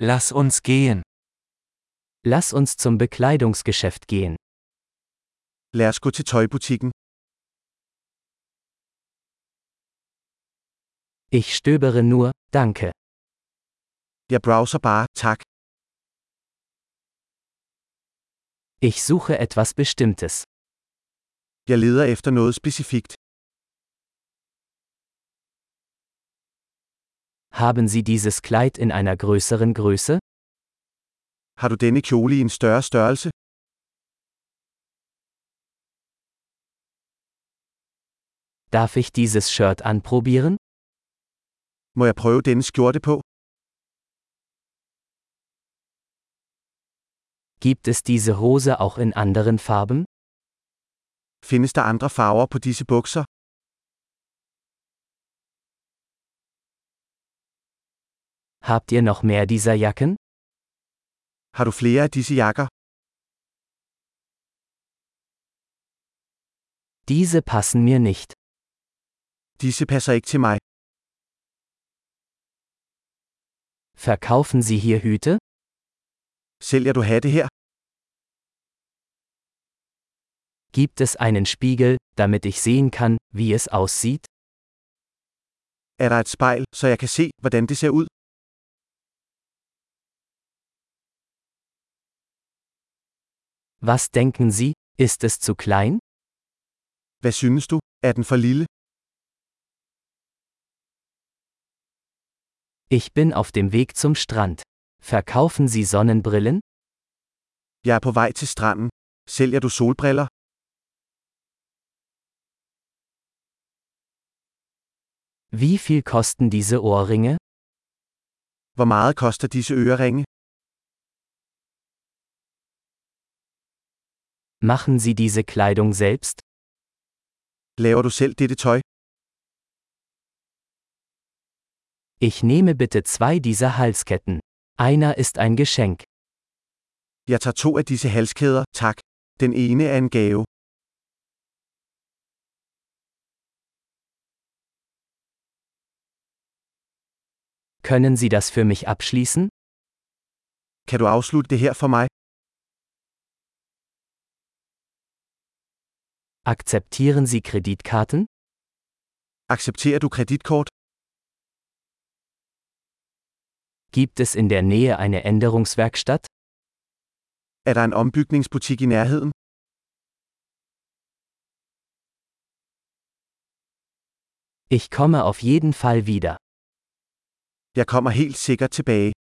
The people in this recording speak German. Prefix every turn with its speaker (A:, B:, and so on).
A: Lass uns gehen.
B: Lass uns zum Bekleidungsgeschäft gehen.
C: Lad os gå til tøjbutikken.
B: Ich stöbere nur, danke.
C: Jeg browser bare, tak.
B: Ich suche etwas Bestimmtes.
C: Jeg leder efter noget specifikt.
B: Haben Sie dieses Kleid in einer größeren Größe?
C: Har du denne kjole i en større størrelse?
B: Darf ich dieses Shirt anprobieren?
C: Må jeg prøve denne skjorte på?
B: Gibt es diese Hose auch in anderen Farben?
C: Findes der andre farver på disse bukser?
B: Habt ihr noch mehr dieser Jacken?
C: Har du flere af disse jakker?
B: Diese passen mir nicht.
C: Disse passer ikke til mig.
B: Verkaufen Sie hier Hüte?
C: Sælger du hatte her?
B: Gibt es einen Spiegel, damit ich sehen kann, wie es aussieht?
C: Er der et spejl, så jeg kan se, hvordan det ser ud?
B: Was denken Sie, ist es zu klein?
C: Hvad synes du? Er den for lille?
B: Ich bin auf dem Weg zum Strand. Verkaufen Sie Sonnenbrillen?
C: Jeg er på vej til stranden. Sælger du solbriller?
B: Wie viel kosten diese Ohrringe?
C: Hvor meget koster disse øreringe?
B: Machen Sie diese Kleidung selbst?
C: Laver du selv dette tøj?
B: Ich nehme bitte zwei dieser Halsketten. Einer ist ein Geschenk.
C: Jeg tager to af disse halskæder, tak. Den ene er en gave.
B: Können Sie das für mich abschließen?
C: Kan du afslutte det her for mig?
B: Akzeptieren Sie Kreditkarten?
C: Accepterer du kreditkort?
B: Gibt es in der Nähe eine Änderungswerkstatt?
C: Er der en ombygningsbutik i nærheden?
B: Ich komme auf jeden Fall wieder.
C: Jeg kommer helt sikkert tilbage.